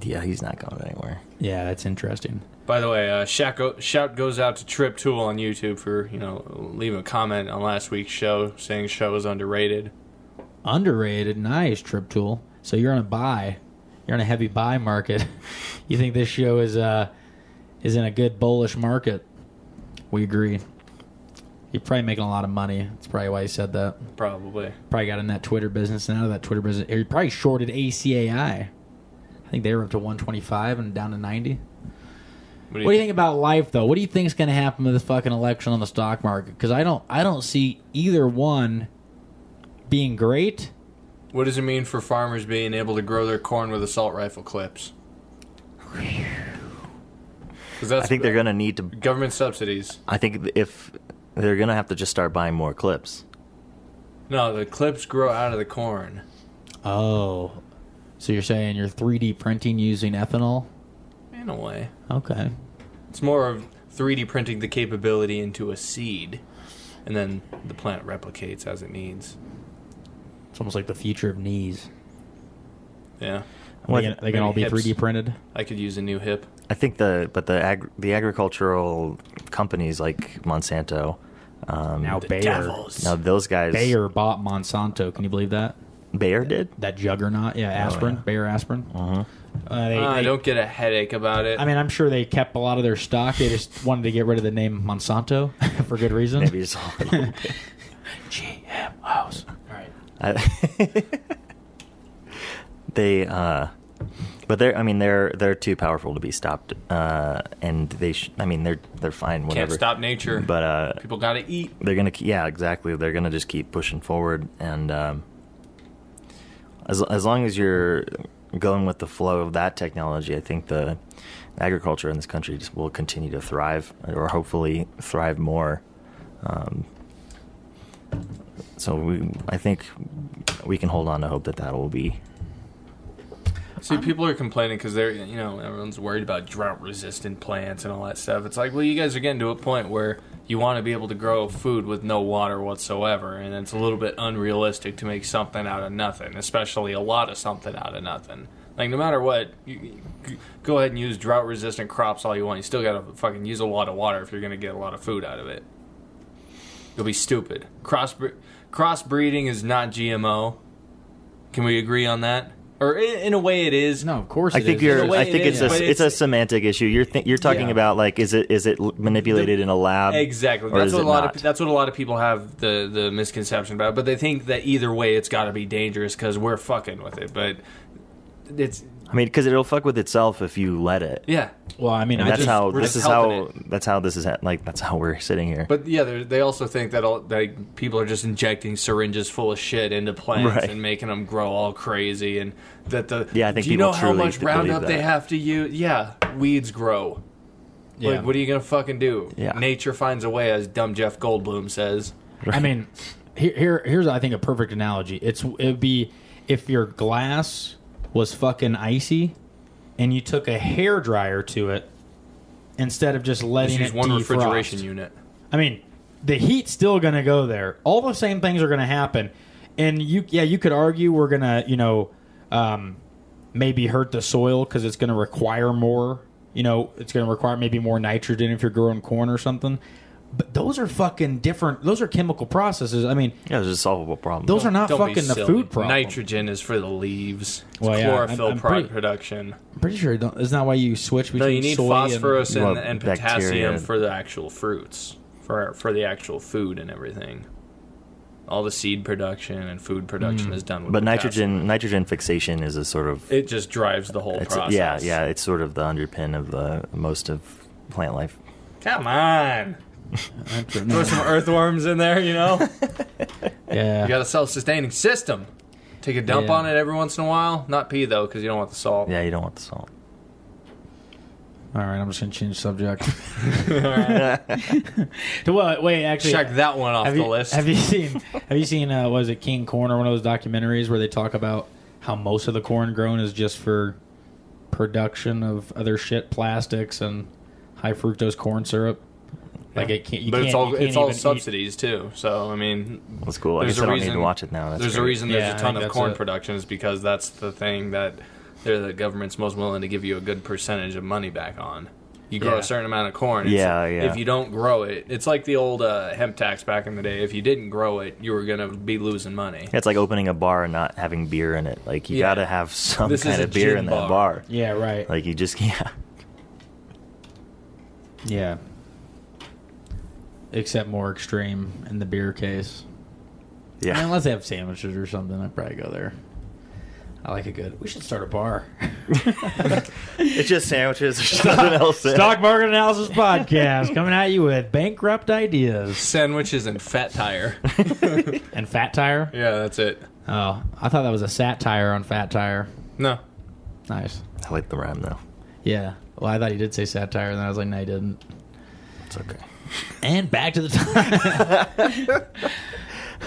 Yeah, he's not going anywhere.
Yeah, that's interesting.
By the way, uh, shout, go- shout goes out to Trip Tool on YouTube for you know leaving a comment on last week's show saying show is underrated.
Underrated, nice trip tool. So you're on a buy. You're on a heavy buy market. (laughs) you think this show is uh is in a good bullish market? We agree. You're probably making a lot of money. That's probably why you said that.
Probably.
Probably got in that Twitter business and out of that Twitter business. You probably shorted ACAI. I think they were up to 125 and down to 90. What do you think about life, though? What do you think is going to happen with the fucking election on the stock market? Because I don't, I don't see either one being great.
What does it mean for farmers being able to grow their corn with assault
(laughs)
rifle clips? 'Cause that's
I think they're going to need to.
government subsidies.
I think if they're going to have to just start buying more clips.
No, the clips grow out of the corn.
Oh, so you're saying you're 3D printing using ethanol?
In a way,
Okay,
it's more of 3D printing the capability into a seed, and then the plant replicates as it needs.
it's almost like the future of knees.
Yeah.
They can, they can all be
Maybe hips.
3D printed.
I could use a new hip.
I think the but the ag- the agricultural companies like Monsanto, um,
Now
now,
Bayer,
Devils.
those guys
Bayer bought Monsanto. Can you believe that?
Bayer did.
That juggernaut, yeah, aspirin,
Oh, yeah.
Bayer aspirin.
Uh-huh.
Uh, they,
Uh, I
they-
don't get a headache about it.
I mean, I'm sure they kept a lot of their stock. They just wanted to get rid of the name Monsanto (laughs) for good reason.
Maybe
(laughs)
it's all. a little bit.
GMOs. All right.
I- (laughs) they, uh, but they're. I mean, they're they're too powerful to be stopped. Uh, and they. Sh- I mean, they're they're fine. Whatever.
Can't stop nature.
But uh,
people gotta eat.
they're gonna ke- yeah exactly they're gonna just keep pushing forward and um, as as long as you're going with the flow of that technology i think the agriculture in this country just will continue to thrive or hopefully thrive more um, so we i think we can hold on to hope that that will be
See, people are complaining because they're, you know, everyone's worried about drought-resistant plants and all that stuff. It's like, well, you guys are getting to a point where you want to be able to grow food with no water whatsoever, and it's a little bit unrealistic to make something out of nothing, especially a lot of something out of nothing. Like, no matter what, you, you- go ahead and use drought-resistant crops all you want. You still got to fucking use a lot of water if you're going to get a lot of food out of it. You'll be stupid. Cross crossbreeding is not GMO. Can we agree on that? Or in, in a way, it is.
No, of course.
I
it
think
is.
In
you're.
a way
I
it
think it's
is,
a.
but
It's, a
it's-
semintic issue. You're th- You're talking
Yeah.
about like is it is it l- manipulated in a lab?
Exactly.
Or
That's
is
what
it
a lot
not?
of that's what a lot of people have the the misconception about. But they think that either way, it's got to be dangerous because we're fucking with it. But it's
I mean, because it'll fuck with itself if you let it.
yeah.
Well, I mean,
And
I
that's
just,
how
we're
this is
just helping
how that's how this is ha- like that's how we're sitting here.
But yeah, they they also think that all, that people are just injecting syringes full of shit into plants
Right.
and making them grow all crazy, and that the
Yeah, I think
do you
people
know how
truly
much
th- believe
Roundup they
that.
have to use. Yeah, weeds grow.
yeah.
Like, what are you gonna fucking do?
Yeah.
Nature finds a way, as dumb Jeff Goldblum says.
I mean, here, here, here's I think a perfect analogy. It's it'd be if your glass was fucking icy, and you took a hair dryer to it instead of just letting
Just use
it
one
defrost.
refrigeration unit.
I mean, the heat's still going to go there. All the same things are going to happen. And you, yeah, you could argue we're going to, you know, um, maybe hurt the soil because it's going to require more. You know, it's going to require maybe more nitrogen if you're growing corn or something. But those are fucking different. Those are chemical processes. I mean,
yeah, it's a solvable problem.
those are not
Don't be
fucking the
silly.
food problem.
Nitrogen is for the leaves. It's
Well, yeah,
chlorophyll
I'm- I'm pretty-
production.
I'm pretty sure. Don't, isn't that why you switch between
No, you need
soy and?
phosphorus and,
Well,
and
bacteria.
potassium for the actual fruits, for for the actual food and everything. All the seed production and food production
Hmm.
is done with.
but
potassium.
nitrogen nitrogen fixation is a sort of
it just drives the whole
it's
process.
yeah yeah it's sort of the underpin of the most of plant life.
Come on,
Nitro-
(laughs) throw
no, (laughs)
some earthworms in there. You know,
yeah.
you got a self-sustaining system. Take a dump
Yeah.
on it every once in a while. Not pee though, because you don't want the salt.
Yeah, you don't want the
(laughs)
salt.
All right, I'm just gonna change subject. (laughs) well, wait, actually,
Check that one off
have
the
you,
list.
Have you
(laughs)
seen? Have you seen? Uh, was it King Corn or one of those documentaries where they talk about how most of the corn grown is just for production of other shit, plastics and high fructose corn syrup? Like it can't. You
but
can't,
it's
you
all
can't
it's all
even eat-
subsidies too. So I mean,
That's cool. I
There's
guess
a
I don't need
reason-
to watch it now. That's
there's a
great.
reason
Yeah,
there's
I
a ton
think
of
that's
corn
it.
production is because that's the thing that they're the government's most willing to give you a good percentage of money back on. You grow
Yeah.
a certain amount of corn. It's-
Yeah, yeah.
If you don't grow it, it's like the old uh, hemp tax back in the day. If you didn't grow it, you were gonna be losing money.
It's like opening a bar and not having beer in it. Like you
Yeah.
got to have some
This is
kind
a
of beer
gin
in that
bar.
bar.
Yeah. Right.
Like you just (laughs) yeah.
yeah. Except more extreme in the beer case.
Yeah.
And unless they have sandwiches or something, I'd probably go there. I like a good. We should start a bar.
(laughs) It's
(laughs)
just sandwiches.
(laughs)
There's nothing else. in it.
Stock market analysis podcast coming at you with bankrupt ideas
Sandwiches and
(laughs)
fat tire.
and fat tire.
yeah, that's it.
Oh, I thought that was a satire on fat tire.
No,
Nice.
I like the rhyme though.
Yeah. Well, I thought you did say satire, and then I was like, no, you didn't.
It's okay.
And back to the time. (laughs)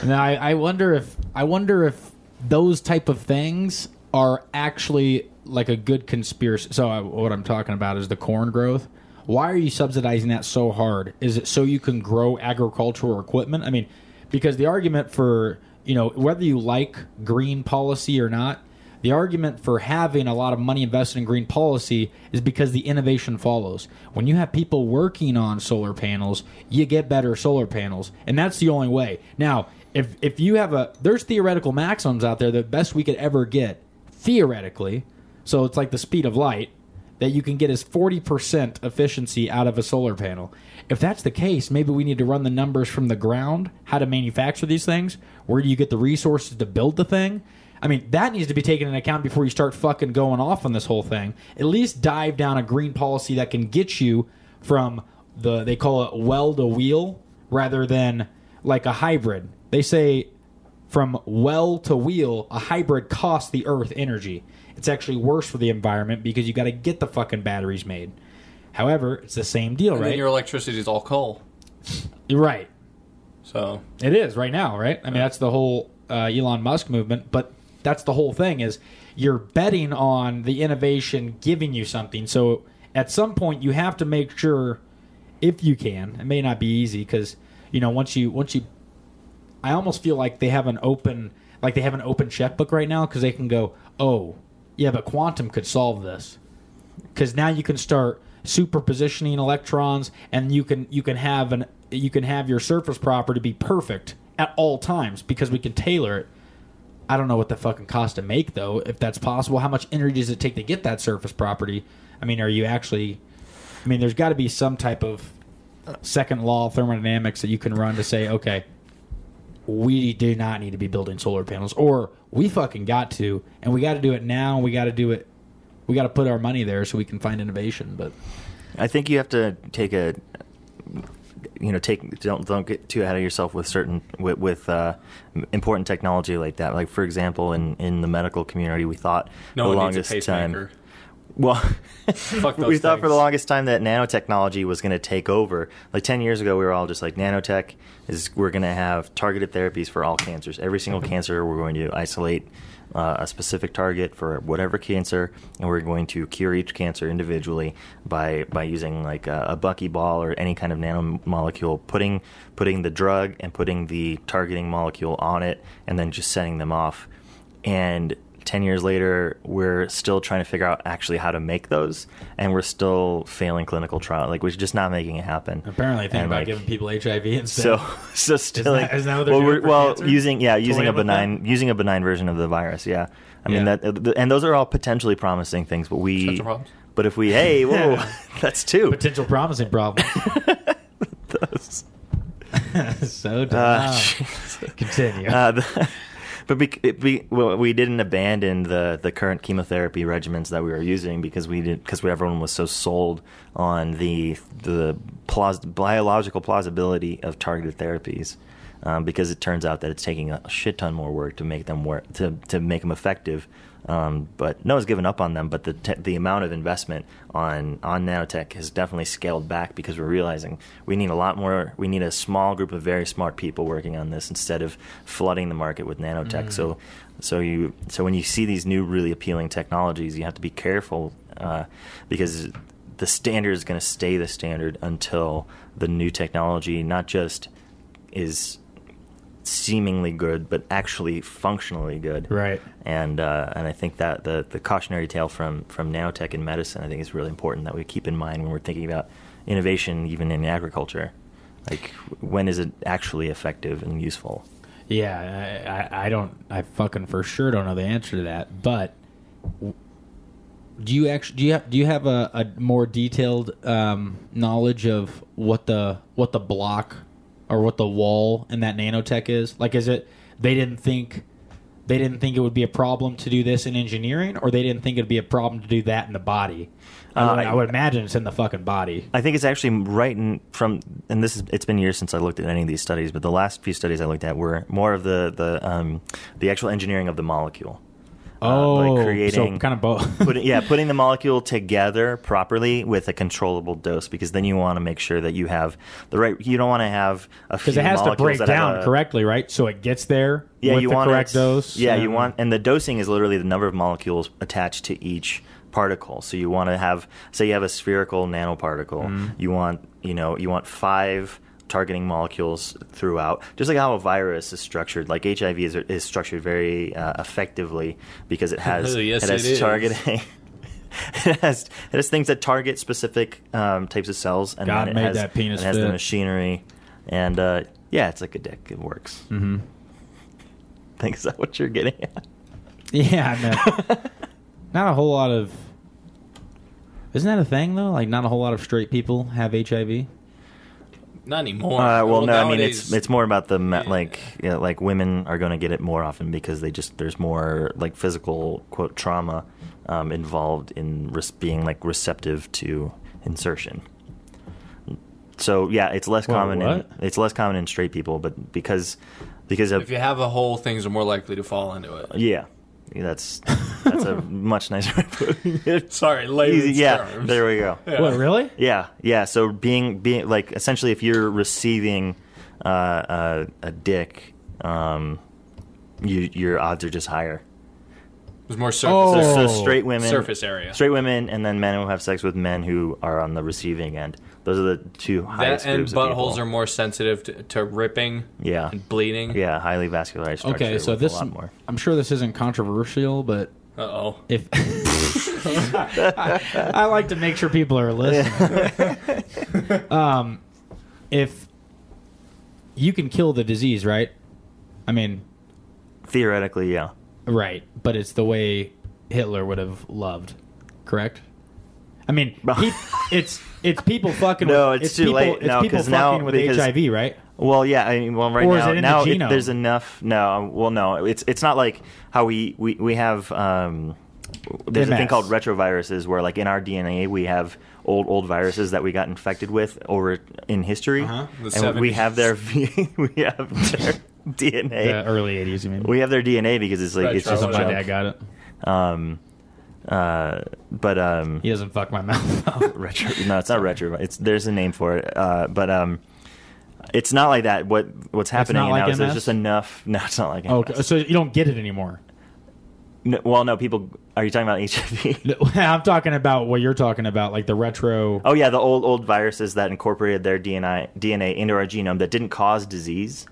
now, I, I wonder if I wonder if those type of things are actually like a good conspiracy. So, I, what I'm talking about is the corn growth. Why are you subsidizing that so hard? Is it so you can grow agricultural equipment? I mean, because the argument for you know whether you like green policy or not, The argument for having a lot of money invested in green policy is because the innovation follows. When you have people working on solar panels, you get better solar panels, and that's the only way. Now, if if you have a there's theoretical maximums out there, the best we could ever get theoretically, so it's like the speed of light that you can get is 40% efficiency out of a solar panel. If that's the case, maybe we need to run the numbers from the ground, how to manufacture these things, where do you get the resources to build the thing? I mean, that needs to be taken into account before you start fucking going off on this whole thing. At least dive down a green policy that can get you from the they call it well to wheel rather than like a hybrid. They say from well to wheel, a hybrid costs the earth energy. It's actually worse for the environment because you got to get the fucking batteries made. However, it's the same deal,
And
right?
then your electricity is all coal.
You're right.
So
It is right now, right? I mean, that's the whole uh, Elon Musk movement, but that's the whole thing is you're betting on the innovation giving you something. So at some point you have to make sure if you can. It may not be easy cuz you know, once you once you I almost feel like they have an open like they have an open checkbook right now cuz they can go, "Oh, yeah, but quantum could solve this." because now you can start superpositioning electrons and you can you can have an you can have your surface property be perfect at all times because we can tailor it i don't know what the fucking cost to make though if that's possible how much energy does it take to get that surface property i mean are you actually i mean there's got to be some type of second law of thermodynamics that you can run to say okay we do not need to be building solar panels or we fucking got to and we got to do it now and we got to do it we got to put our money there so we can find innovation but
I think you have to take a, you know, take don't don't get too ahead of yourself with certain with, with uh, important technology like that. Like for example, in in the medical community, we thought
no
the
one
longest
needs a pacemaker.
time. Well,
(laughs) Fuck those
we thought for the
things.
longest time that nanotechnology was going to take over. Like ten years ago, we were all just like, nanotech is we're going to have targeted therapies for all cancers. Every single
Mm-hmm.
cancer, we're going to isolate uh, a specific target for whatever cancer, and we're going to cure each cancer individually by by using like a, a buckyball or any kind of nanomolecule, putting putting the drug and putting the targeting molecule on it, and then just sending them off and 10 years later we're still trying to figure out actually how to make those and we're still failing clinical trial like we're just not making it happen
apparently thinking
And,
about
like,
giving people hiv instead
so (laughs) so still
that- isn't that what they're
well,
doing
we're-
for
well,
cancer?
using yeah using
Toying
a
with that?
benign using a benign version of the virus yeah i mean
Yeah.
that and those are all potentially promising things but we
Potential problems.
but if we hey whoa (laughs) that's two (laughs)
potential promising problem (laughs) so dumb. (laughs)
Uh, Jesus.
continue
Uh, the- (laughs) but we, it- we well, we didn't abandon the, the current chemotherapy regimens that we were using because we did because everyone was so sold on the the plaus- biological plausibility of targeted therapies. Um, because it turns out that it's taking a shit ton more work to make them work to, to make them effective, um, but no one's given up on them. But the te- the amount of investment on on nanotech has definitely scaled back because we're realizing we need a lot more. We need a small group of very smart people working on this instead of flooding the market with nanotech. So so you so when you see these new really appealing technologies, you have to be careful uh, because the standard is going to stay the standard until the new technology not just is seemingly good but actually functionally good
Right.
and uh, and I think that the the cautionary tale from from nanotech and medicine I think is really important that we keep in mind when we're thinking about innovation even in agriculture like when is it actually effective and useful
yeah I, I, I don't i fucking for sure don't know the answer to that but w- do you actually do you have do you have a, a more detailed um, knowledge of what the what the block or what the wall in that nanotech is like is it they didn't think they didn't think it would be a problem to do this in engineering or they didn't think it'd be a problem to do that in the body I,
Uh,
would,
I- Uh,
I would imagine it's in the fucking body
I think it's actually right in from, and this is it's been years since I looked at any of these studies, but the last few studies I looked at were more of the the um, the actual engineering of the molecule.
oh
like
so
creating-
kind of both
Putting, yeah,
(laughs)
putting the molecule together properly with a controllable dose, because then you want to make sure that you have the right. You don't want to have a few
because it has to break
molecules that have
down
a-
correctly, right? So it gets there
Yeah,
with
you
the
want
correct
it-
dose.
Yeah, you
and-
want, and the dosing is literally the number of molecules attached to each particle. So
Mm-hmm.
you want to have, say, you have a spherical nanoparticle. You want, you know, you want five targeting molecules throughout, just like how a virus is structured. Like HIV is, is structured very uh, effectively because it
(laughs)
has
Yes,
it has
it is.
targeting. (laughs) it has it has things that target specific um, types of cells, and
God
then it
made
has
that penis
it has the
fit.
machinery, and uh, yeah, it's like a dick. It works.
Mm-hmm.
(laughs) I think is that what you're getting at?
(laughs) Yeah, I
(laughs)
meant- (laughs) not a whole lot of. Isn't that a thing though? Like, not a whole lot of straight people have HIV.
Not anymore.
Uh, well, no, I mean
nowadays-
it's it's more about the me-
Yeah.
like you know, like women are going to get it more often because they just there's more like physical quote trauma um, involved in res- being like receptive to insertion. So yeah, it's less
Whoa,
common. In,
what?
it's less common in straight people, but because because of
If you have a hole, things are more likely to fall into it.
yeah, that's that's
(laughs)
a much nicer way of putting it.
Sorry,
Easy-
layman's
yeah,
terms.
there we go.
Yeah.
What really?
Yeah, yeah. So being being like essentially, if you're receiving uh, uh, a dick, um, you, your odds are just higher.
There's more surface.
Oh.
area.
So straight women,
Surface area.
straight women, and then men who have sex with men who are on the receiving end. Those are the two highest
That and
groups of
buttholes
people.
are more sensitive to, to ripping
yeah,
and bleeding.
yeah, highly vascularized. Structure
Okay, so
with
this
a lot
(laughs)
more.
I'm sure this isn't controversial, but
Uh oh.
if (laughs) I, I like to make sure people are listening,
(laughs)
(laughs) um, if you can kill the disease, right? I mean,
Theoretically, yeah,
right, but it's the way Hitler would have loved, correct? I mean, he, it's it's people fucking.
(laughs) No,
with,
it's too
people,
late
It's
now,
people
'cause now-
fucking with
because-
HIV, right?
Well, yeah. I mean, well, right
Or is
now,
it in
now
the
it-
genome?
there's enough. No, um, well, no. It's it's not like how we we we have. Um, there's a thing
MS.
called retroviruses where, like, in our DNA, we have old old viruses that we got infected with over in history,
Uh-huh.
The
and we
70s.
have their (laughs) we have their (laughs) DNA.
The early '80s, you mean?
we have their Oh, DNA because it's like it's
Retro,
just
my
whatever.
dad
junk.
got it.
Um, uh, but um,
He doesn't fuck my (laughs) mouth. though.
Oh, (laughs) retro no it's not retro it's there's a name for it uh but um it's not like that what what's happening
not
now
like
is there's
MS?
just enough (laughs) no it's not like MS.
Okay, so you don't get it anymore. (laughs)
No, well no people are you talking about hiv
No, I'm talking about what you're talking about, like the retro.
oh yeah the old old viruses that incorporated their dna dna into our genome that didn't cause disease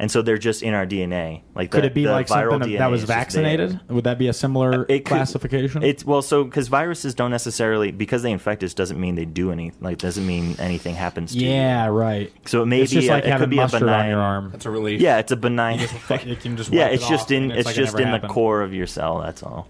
and so they're just in our dna like
Could
the,
it be
the
like
viral
something
DNA
that was
is just there.
vaccinated? Would that be a similar
It could-
classification?
It's well, so because viruses don't necessarily because they infect us doesn't mean they do anything. Like doesn't mean anything happens. to you.
yeah, right.
So it may
it's
be
just
a-
like
it
having
could be a
mustard on
benign-
your arm.
That's a relief.
Yeah, it's a benign. (laughs)
You can just
yeah,
wipe it
it's just
off
in
and
it's,
it's like it
just
never
in the
happened. Mm.
core of your cell. That's all.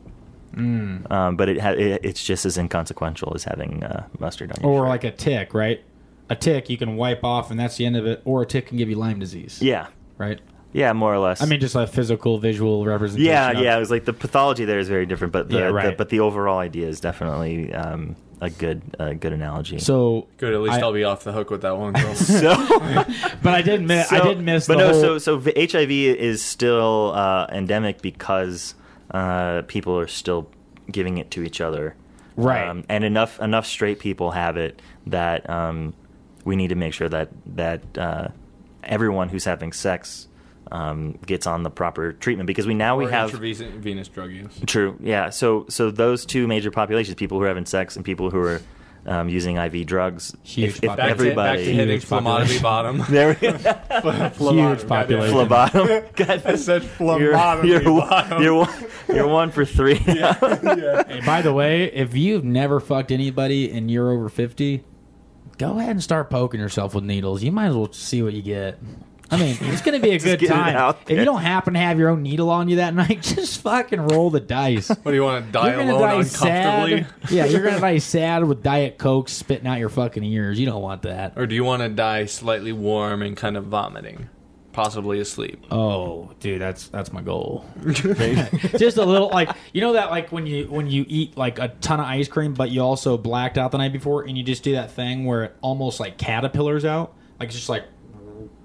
Um, but it, ha- it it's just as inconsequential as having uh, mustard on your
Or
shirt.
like a tick, right? A tick you can wipe off, and that's the end of it. Or a tick can give you Lyme disease.
yeah,
right.
yeah, more or less.
I mean, just a physical, visual representation.
yeah,
of-
yeah. It was like the pathology there is very different, but the,
Yeah, right.
the but the overall idea is definitely um, a good a good analogy.
So
Good. At least
I-
I, will be off the hook with that one
(laughs)
(laughs)
girl.
so.
But I did miss. I
So-
did miss.
But
the
no,
whole,
so so v- HIV is still uh, endemic because uh, people are still giving it to each other,
Right.
Um, and enough enough straight people have it that um, we need to make sure that that uh, everyone who's having sex um, gets on the proper treatment because we now we
Or
have
intravenous drug use.
True. Yeah. So so those two major populations, people who are having sex and people who are um, using IV drugs.
Huge
if, if
population.
Back to, back
everybody
to hitting
Huge
phlebotomy
population.
bottom.
(laughs) there we go.
huge
Phlebotomy, goddamn.
population. (laughs)
Phlebotom. God,
I said
you're,
phlebotomy
you're, one,
bottom.
you're, one, you're one for three.
Hey, by the way, if you've never fucked anybody and you're over 50, go ahead and start poking yourself with needles. You might as well see what you get. I
(laughs)
mean, it's going to be a good
get it
time.
out
If you
there.
don't happen to have your own needle on you that (laughs) night, just fucking roll the dice.
What do you want to die
You're going to
alone
die
uncomfortably? (laughs)
sad. Yeah, you're going to die sad with Diet Coke spitting out your fucking ears. You don't want that.
Or do you want to die slightly warm and kind of vomiting? Possibly asleep.
Oh, dude, that's that's my
(laughs)
goal. Just a little like you know that like when you when you eat like a ton of ice cream, but you also blacked out the night before, and you just do that thing where it almost like caterpillars out, like it's just like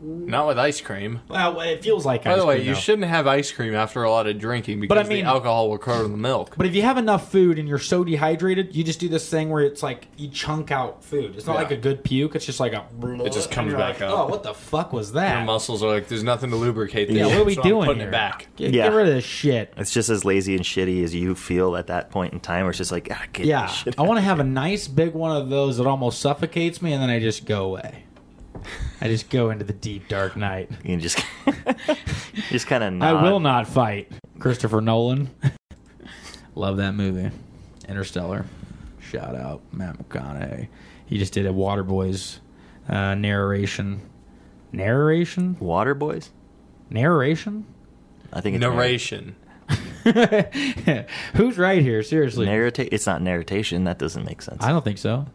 Not with ice cream.
well, it feels like.
By
ice
the way,
cream,
you
though.
shouldn't have ice cream after a lot of drinking because
I mean-
the alcohol will curdle the milk.
But if you have enough food and you're so dehydrated, you just do this thing where it's like you chunk out food. It's not
Yeah.
like a good puke. It's just like a. It
just comes
like,
back
(laughs)
up.
Oh, what the fuck was that?
Your muscles are like, there's nothing to lubricate this.
yeah, what are we
so I'm
doing
putting
here?
it back.
Get,
Yeah.
get rid of this shit.
It's just as lazy and shitty as you feel at that point in time. Where it's just like, ah,
(laughs)
get
Yeah, Oh.
this shit
I want to have a nice big one of those that almost suffocates me, and then I just go away. I just go into the deep dark night.
(laughs) You can just (laughs) just kind
(laughs)
of.
I will not fight Christopher Nolan. (laughs) Love that movie, Interstellar. Shout out Matt McConaughey. He just did a Waterboys uh, narration. Narration?
Water boys.
Narration? (laughs)
I think it's narr-
Narration.
Who's right here? Seriously,
Narrata- it's not narration. That doesn't make sense.
I don't think so.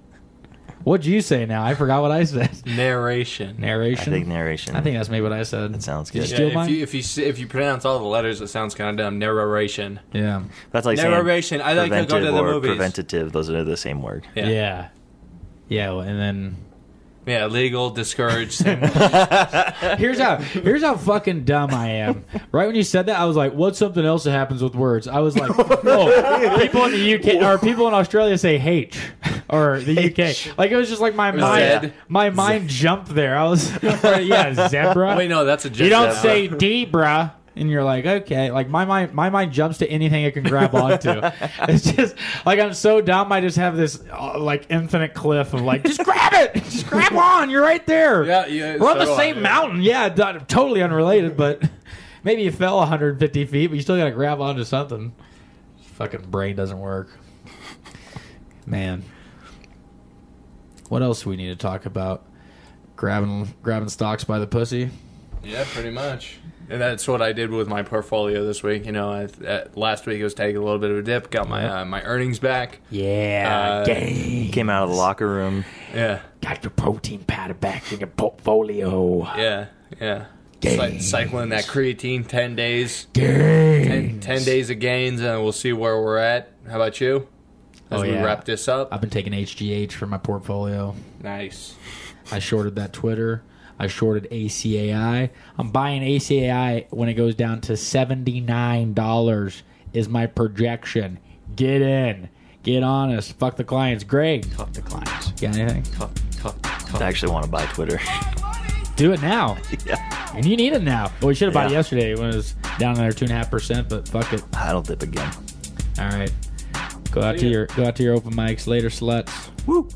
What'd you say now? I forgot what I
(laughs)
said.
Narration.
I
Narration.
think narration.
I think that's maybe what I said.
That sounds
Did you
good.
Yeah,
steal
if
mine?
you if you s- if you pronounce all the letters, it sounds kind of dumb. Narration.
yeah.
that's like
narration.
Saying
I like to go to
preventive
the
or
movies.
Preventative. Those are the same word.
yeah,
Yeah.
yeah, well, And then
Yeah, legal, discouraged.
(laughs)
same-
(laughs)
here's how here's how fucking dumb I am. Right when you said that, I was like, "What's something else that happens with words?" I was
(laughs)
like, "Oh, people in the UK or people in Australia say H or the UK." Like it was just like my mind,
Zed.
my mind jumped there. I was, (laughs) yeah, zebra.
Wait, no, that's a.
You don't
zebra.
say D, bruh. And you're like, okay, like my mind, my mind jumps to anything it can grab
(laughs)
onto. it's just like I'm so dumb. I just have this uh, like infinite cliff of like, just grab it, (laughs) just grab on. You're right there.
Yeah, yeah,
We're on
so
the
do I,
same
yeah.
mountain. Yeah, d- totally unrelated, but (laughs) maybe you fell 150 feet, but you still got to grab onto something. Fucking brain doesn't work, man. What else do we need to talk about? Grabbing grabbing stocks by the pussy.
Yeah, pretty much. And that's what I did with my portfolio this week. You know, I, uh, last week it was taking a little bit of a dip. Got my uh, my earnings back.
Yeah,
Uh,
game.
Came out of the locker room.
Yeah,
Got your protein powder back in your portfolio.
yeah, yeah. Cy- cycling that creatine, ten days,
Game.
10, 10 days of gains, and we'll see where we're at. How about you? As
Oh,
we
yeah.
wrap this up,
I've been taking HGH for my portfolio.
nice.
I shorted that Twitter. I shorted ACAI. I'm buying ACAI when it goes down to $79 is my projection. Get in. Get honest. Fuck the clients. Greg. Fuck the clients. Got anything?
I actually want to buy Twitter. (laughs)
Do it now.
yeah.
And you need it now. Well, we should have bought it
Yeah.
yesterday when it was down another 2.5%, but fuck it.
I'll dip again.
All right. Go out to your go out to your open mics later, sluts.
Woo.